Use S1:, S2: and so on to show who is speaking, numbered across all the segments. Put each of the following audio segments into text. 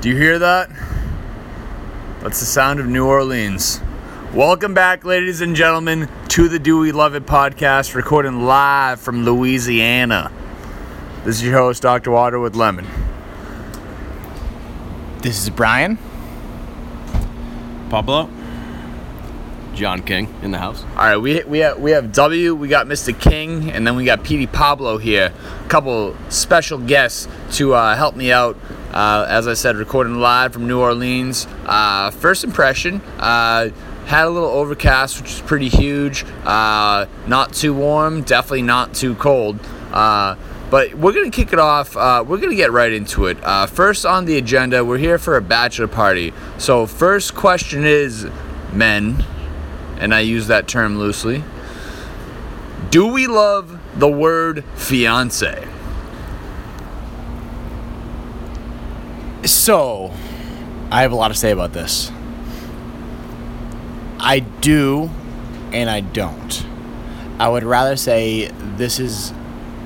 S1: Do you hear that? That's the sound of New Orleans. Welcome back, ladies and gentlemen, to the Do We Love It podcast, recording live from Louisiana. This is your host, Dr. Water with Lemon.
S2: This is Brian.
S3: Pablo.
S4: John King in the house.
S1: All right, we we have, we have W, we got Mr. King, and then we got Petey Pablo here. A couple special guests to uh, help me out. Uh, as I said, recording live from New Orleans. Uh, first impression. Uh, had a little overcast, which is pretty huge. Uh, not too warm, definitely not too cold. Uh, but we're gonna kick it off. Uh, we're gonna get right into it. Uh, first on the agenda, we're here for a bachelor party. So first question is, men, and I use that term loosely. Do we love the word fiance?
S2: So, I have a lot to say about this. I do and I don't. I would rather say this is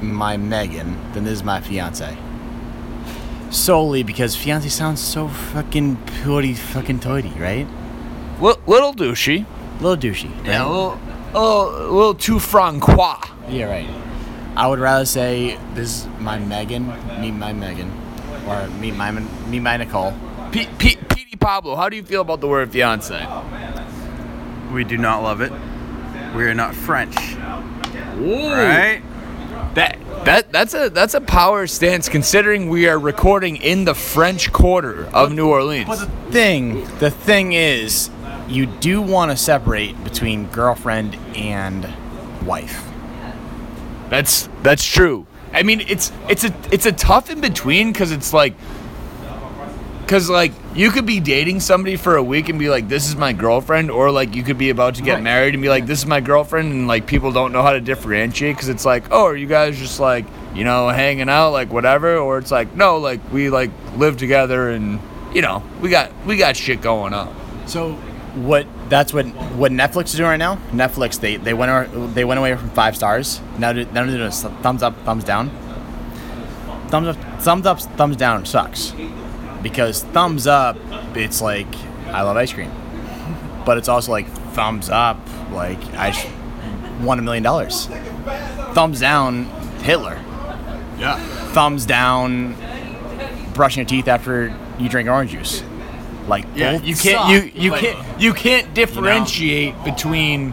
S2: my Megan than this is my fiance. Solely because fiance sounds so fucking pretty fucking toity, right?
S1: L- little douchey.
S2: Little douchey. Right?
S1: Yeah, a little, a little, a little too francois.
S2: Yeah, right. I would rather say this is my Megan, meet my Megan, or meet my meet my Nicole.
S1: P- P- Petey Pablo, how do you feel about the word fiance?
S3: We do not love it. We are not French.
S1: Ooh,
S3: Right?
S1: That that that's a that's a power stance considering we are recording in the French Quarter of New Orleans.
S2: But the thing, the thing is, you do want to separate between girlfriend and wife.
S1: That's that's true. I mean, it's it's a it's a tough in between because it's like because like you could be dating somebody for a week and be like, this is my girlfriend, or like you could be about to get
S2: Right.
S1: married and be like, this is my girlfriend, and like people don't know how to differentiate because it's like, oh, are you guys just like you know hanging out like whatever, or it's like no, like we like live together and you know we got we got shit going on.
S2: So what? That's what what Netflix is doing right now. Netflix they they went ar- they went away from five stars. Now do- now they're doing a s- thumbs up, thumbs down. Thumbs up, thumbs up, thumbs down sucks because thumbs up it's like I love ice cream, but it's also like thumbs up like I sh- won a million dollars. Thumbs down Hitler.
S1: Yeah.
S2: Thumbs down brushing your teeth after you drink orange juice. Like
S1: Yeah,
S2: both
S1: you can't
S2: suck,
S1: you you
S2: but-
S1: can't you can't differentiate between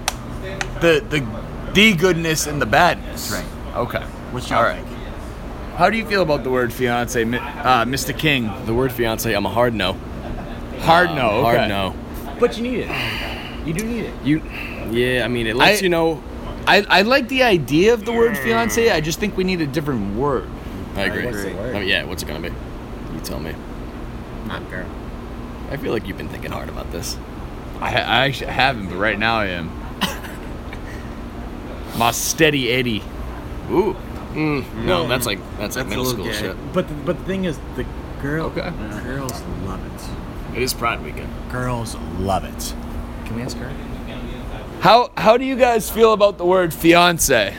S1: the the the goodness and the badness.
S2: Right.
S1: Okay.
S2: What's
S1: All right. How do you feel about the word fiance, Mi- uh, Mr. King?
S4: The word fiance, I'm a hard no. Um,
S1: Hard no. okay.
S4: Hard no.
S2: But you need it. You do need it.
S4: You, yeah, I mean, it lets
S1: I-
S4: you know.
S1: I, I like the idea of the word fiance. I just think we need a different word.
S4: I agree.
S2: what's the word?
S4: Oh, yeah, what's it gonna be? You tell me.
S2: Not girl.
S4: I feel like you've been thinking hard about this.
S1: I, I actually haven't, but right now I am. My steady Eddie.
S4: Ooh. Mm, no, that's like that's, like middle school shit.
S2: But the, but the thing is, the girl
S1: Okay.
S2: girls love
S4: It is Pride Weekend.
S2: it. Girls love it. Can we ask her?
S1: How how do you guys feel about the word fiance?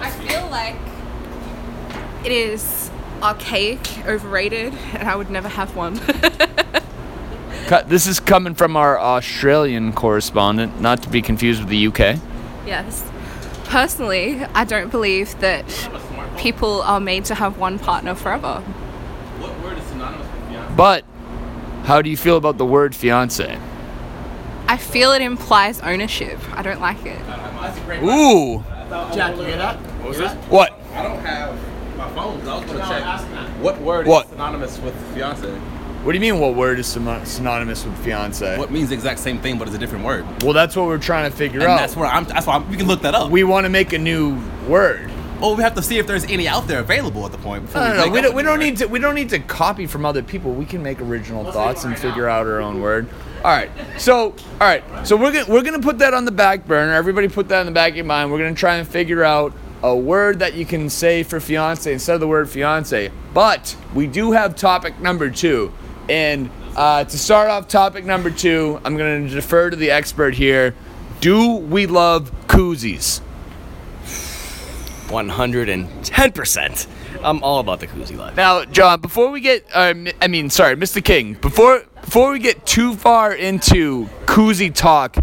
S5: I feel like it is archaic, overrated, and I would never have one.
S1: Cu- This is coming from our Australian correspondent, not to be confused with the UK.
S5: yes. Personally, I don't believe that people are made to have one partner forever.
S1: But how do you feel about the word fiance?
S5: I feel it implies ownership. I don't like it.
S1: Ooh,
S2: Jack, you hear that?
S6: What was this?
S1: what?
S6: I don't have my phone. so I was gonna check. What word
S1: What?
S6: is synonymous with fiance?
S1: What do you mean? What word is syno- synonymous with fiance?
S6: What means the exact same thing but it's a different word?
S1: Well, that's what we're trying to figure
S6: And
S1: out.
S6: that's where I'm. That's why I'm, you can look that up.
S1: we want to make a new word.
S6: well, we have to see if there's any out there available at the point. Before
S1: No, no,
S6: we
S1: no.
S6: make
S1: We don't,
S6: up a
S1: we
S6: new
S1: don't
S6: word.
S1: need to. We don't need to copy from other people. We can make original thoughts and figure out our own word. All right. So, all right. So we're gonna we're gonna put that on the back burner. Everybody, put that in the back of your mind. We're gonna try and figure out a word that you can say for fiance instead of the word fiance. But we do have topic number two, and uh, to start off topic number two, I'm gonna defer to the expert here. Do we love koozies?
S4: One hundred and ten percent. I'm all about the koozie life.
S1: Now, John, before we get, um, I mean, sorry, Mr. King, before before we get too far into koozie talk,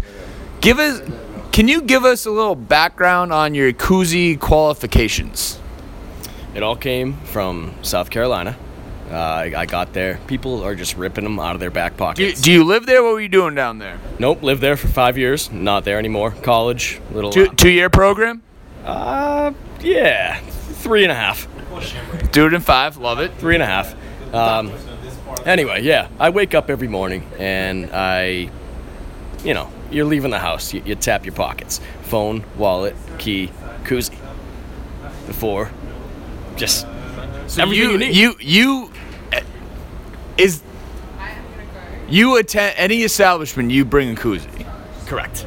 S1: give us, can you give us a little background on your koozie qualifications?
S4: It all came from South Carolina. Uh, I, I got there. People are just ripping them out of their back
S1: Do you,
S4: pockets.
S1: do you live there? What were you doing down there?
S4: nope, lived there for five years. Not there anymore. College, little.
S1: Two two year program.
S4: Uh, yeah, three and a half.
S1: Do it in five. Love it.
S4: three and a half. Um, anyway, yeah, I wake up every morning and I, you know, you're leaving the house. You, you tap your pockets, phone, wallet, key, koozie. The four, just
S1: So
S4: everything
S1: you
S4: you need.
S1: you you eh, is
S5: I am gonna go.
S1: you attend any establishment you bring a koozie.
S4: correct.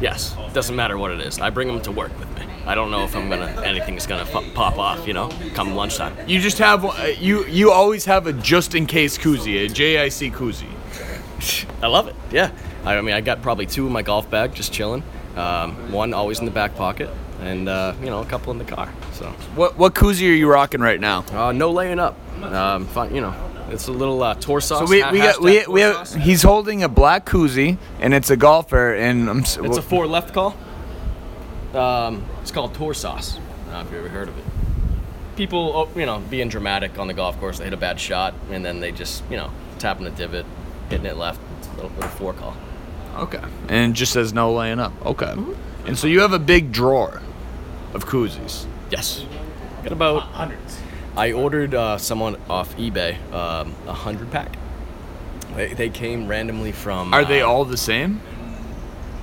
S4: Yes, doesn't matter what it is. I bring them to work with me. I don't know if I'm gonna anything's gonna fu- pop off. You know, come lunchtime.
S1: You just have one- eh, you you always have a just in case koozie, a JIC koozie.
S4: I love it. Yeah. I, I mean, I got probably two in my golf bag, just chilling. Um, one always in the back pocket, and uh, you know, a couple in the car. So.
S1: What what koozie are you rocking right now?
S4: Uh, no laying up. Um, fine, you know, it's a little uh, torsos.
S1: So we, we got we, we have, he's holding a black koozie and it's a golfer and I'm s-
S4: It's a four left call. Um, it's called torsos. I don't know if you ever heard of it. People, oh, you know, being dramatic on the golf course, they hit a bad shot and then they just, you know, tapping the divot, hitting it left. It's a little, little four call.
S1: okay and it just says no laying up okay and so you have a big drawer of koozies
S4: Yes. Got about hundreds. I ordered uh, someone off eBay um, a hundred pack. They, they came randomly from.
S1: are they
S4: uh,
S1: all the same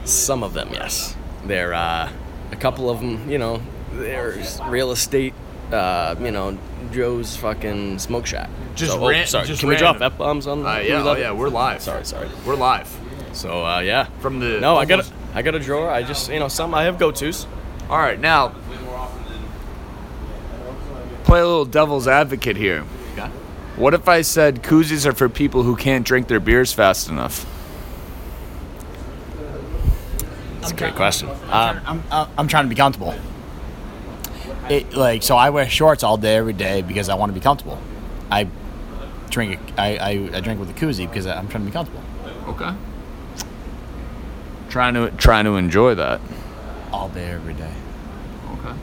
S4: Some of them, yes. They're uh, a couple of them, you know. There's real estate, uh, you know, Joe's fucking smoke shack.
S1: Just
S4: so, oh,
S1: ran-
S4: sorry.
S1: just
S4: Can we drop
S1: random.
S4: f bombs on?
S1: uh,
S4: the
S1: yeah
S4: we
S1: oh
S4: love it?
S1: yeah we're live
S4: Sorry, sorry.
S1: we're live
S4: So uh, yeah.
S1: From the-
S4: no, I got a, I got a drawer. I just you know some I have go tos.
S1: all right now play a little devil's advocate here
S4: Okay.
S1: what if I said koozies are for people who can't drink their beers fast enough
S4: That's a great question.
S2: I'm, I'm, I'm- I'm trying to be comfortable. It like so I wear shorts all day every day because I want to be comfortable. I drink a- I, I, I drink with a koozie because I'm trying to be comfortable.
S1: okay trying to trying to enjoy that
S2: All day every day.
S1: okay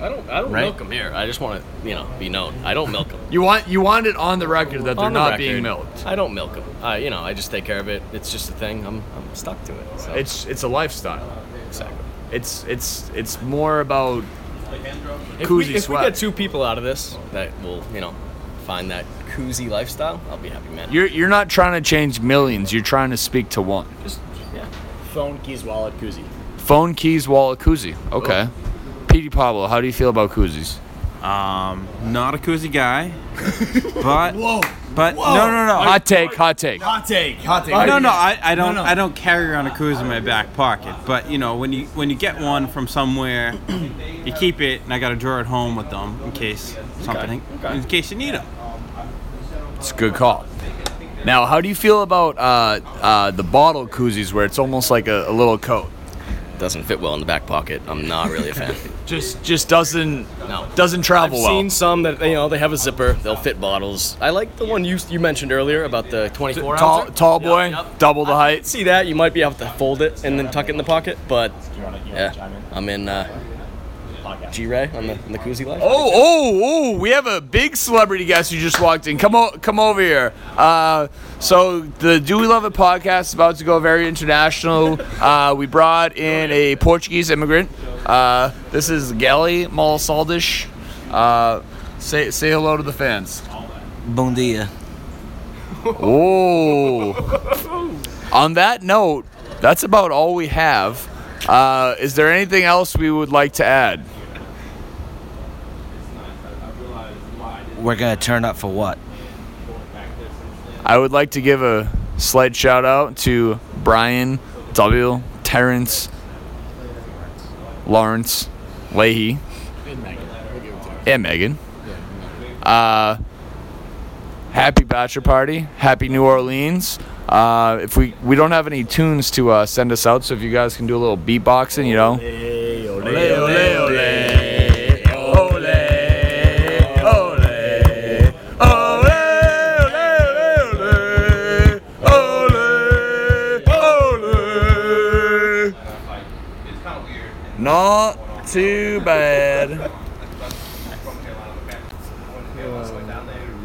S4: I don't I don't
S2: Right.
S4: milk them here. I just want to you know be known. I don't milk them.
S1: You want you want it on the record that they're
S4: On the
S1: not
S4: record,
S1: being milked.
S4: I don't milk them. I you know I just take care of it. It's just a thing. I'm I'm stuck to it. So
S1: It's it's a lifestyle.
S4: exactly.
S1: It's it's it's more about
S4: If,
S1: koozie
S4: we, if we
S1: sweat.
S4: get two people out of this that will, you know, find that koozie lifestyle, I'll be happy, man.
S1: you're you're not trying to change millions. You're trying to speak to one.
S4: just, yeah.
S2: Phone, keys, wallet, koozie.
S1: Phone keys, wallet, koozie. Okay. Petey Pablo, how do you feel about koozies?
S3: Um, not a koozie guy, but but no no no.
S1: Hot take, hot take.
S2: Hot take, hot take.
S3: Oh, no, no, I, I don't.
S2: no.
S3: I don't carry around a koozie in my back pocket. But you know, when you when you get one from somewhere, you keep it, and I got a drawer at home with them in case something,
S4: okay.
S3: in case you need them.
S1: It's a good call. Now, how do you feel about uh, uh, the bottle koozies, where it's almost like a, a little coat?
S4: Doesn't fit well in the back pocket. I'm not really a fan.
S1: Just just doesn't
S4: No.
S1: doesn't
S4: I've
S1: travel well.
S4: seen some that you know they have a zipper. They'll fit bottles. I like the one you you mentioned earlier about the 24
S1: tall
S4: ouncer.
S1: tall boy,
S4: Yep, yep.
S1: double the
S4: I
S1: height.
S4: See that you might be able to fold it and then tuck it in the pocket, but yeah, I'm in uh, G-Ray on the, on the koozie life.
S1: Oh, oh, oh! We have a big celebrity guest who just walked in. Come on, come over here. Uh, so the Do We Love It podcast is about to go very international. Uh, we brought in a Portuguese immigrant. Uh, this is Gelly Malsaldish. Uh, say say hello to the fans.
S7: Bom dia.
S1: Oh. On that note, that's about all we have. Uh, is there anything else we would like to add?
S7: We're gonna turn up for what?
S1: I would like to give a slight shout out to Brian W. Terrence Lawrence Leahy and Megan. Uh, happy bachelor party, happy New Orleans. Uh, if we we don't have any tunes to uh, send us out, so if you guys can do a little beatboxing, you know. Ole ole ole ole ole Not too bad.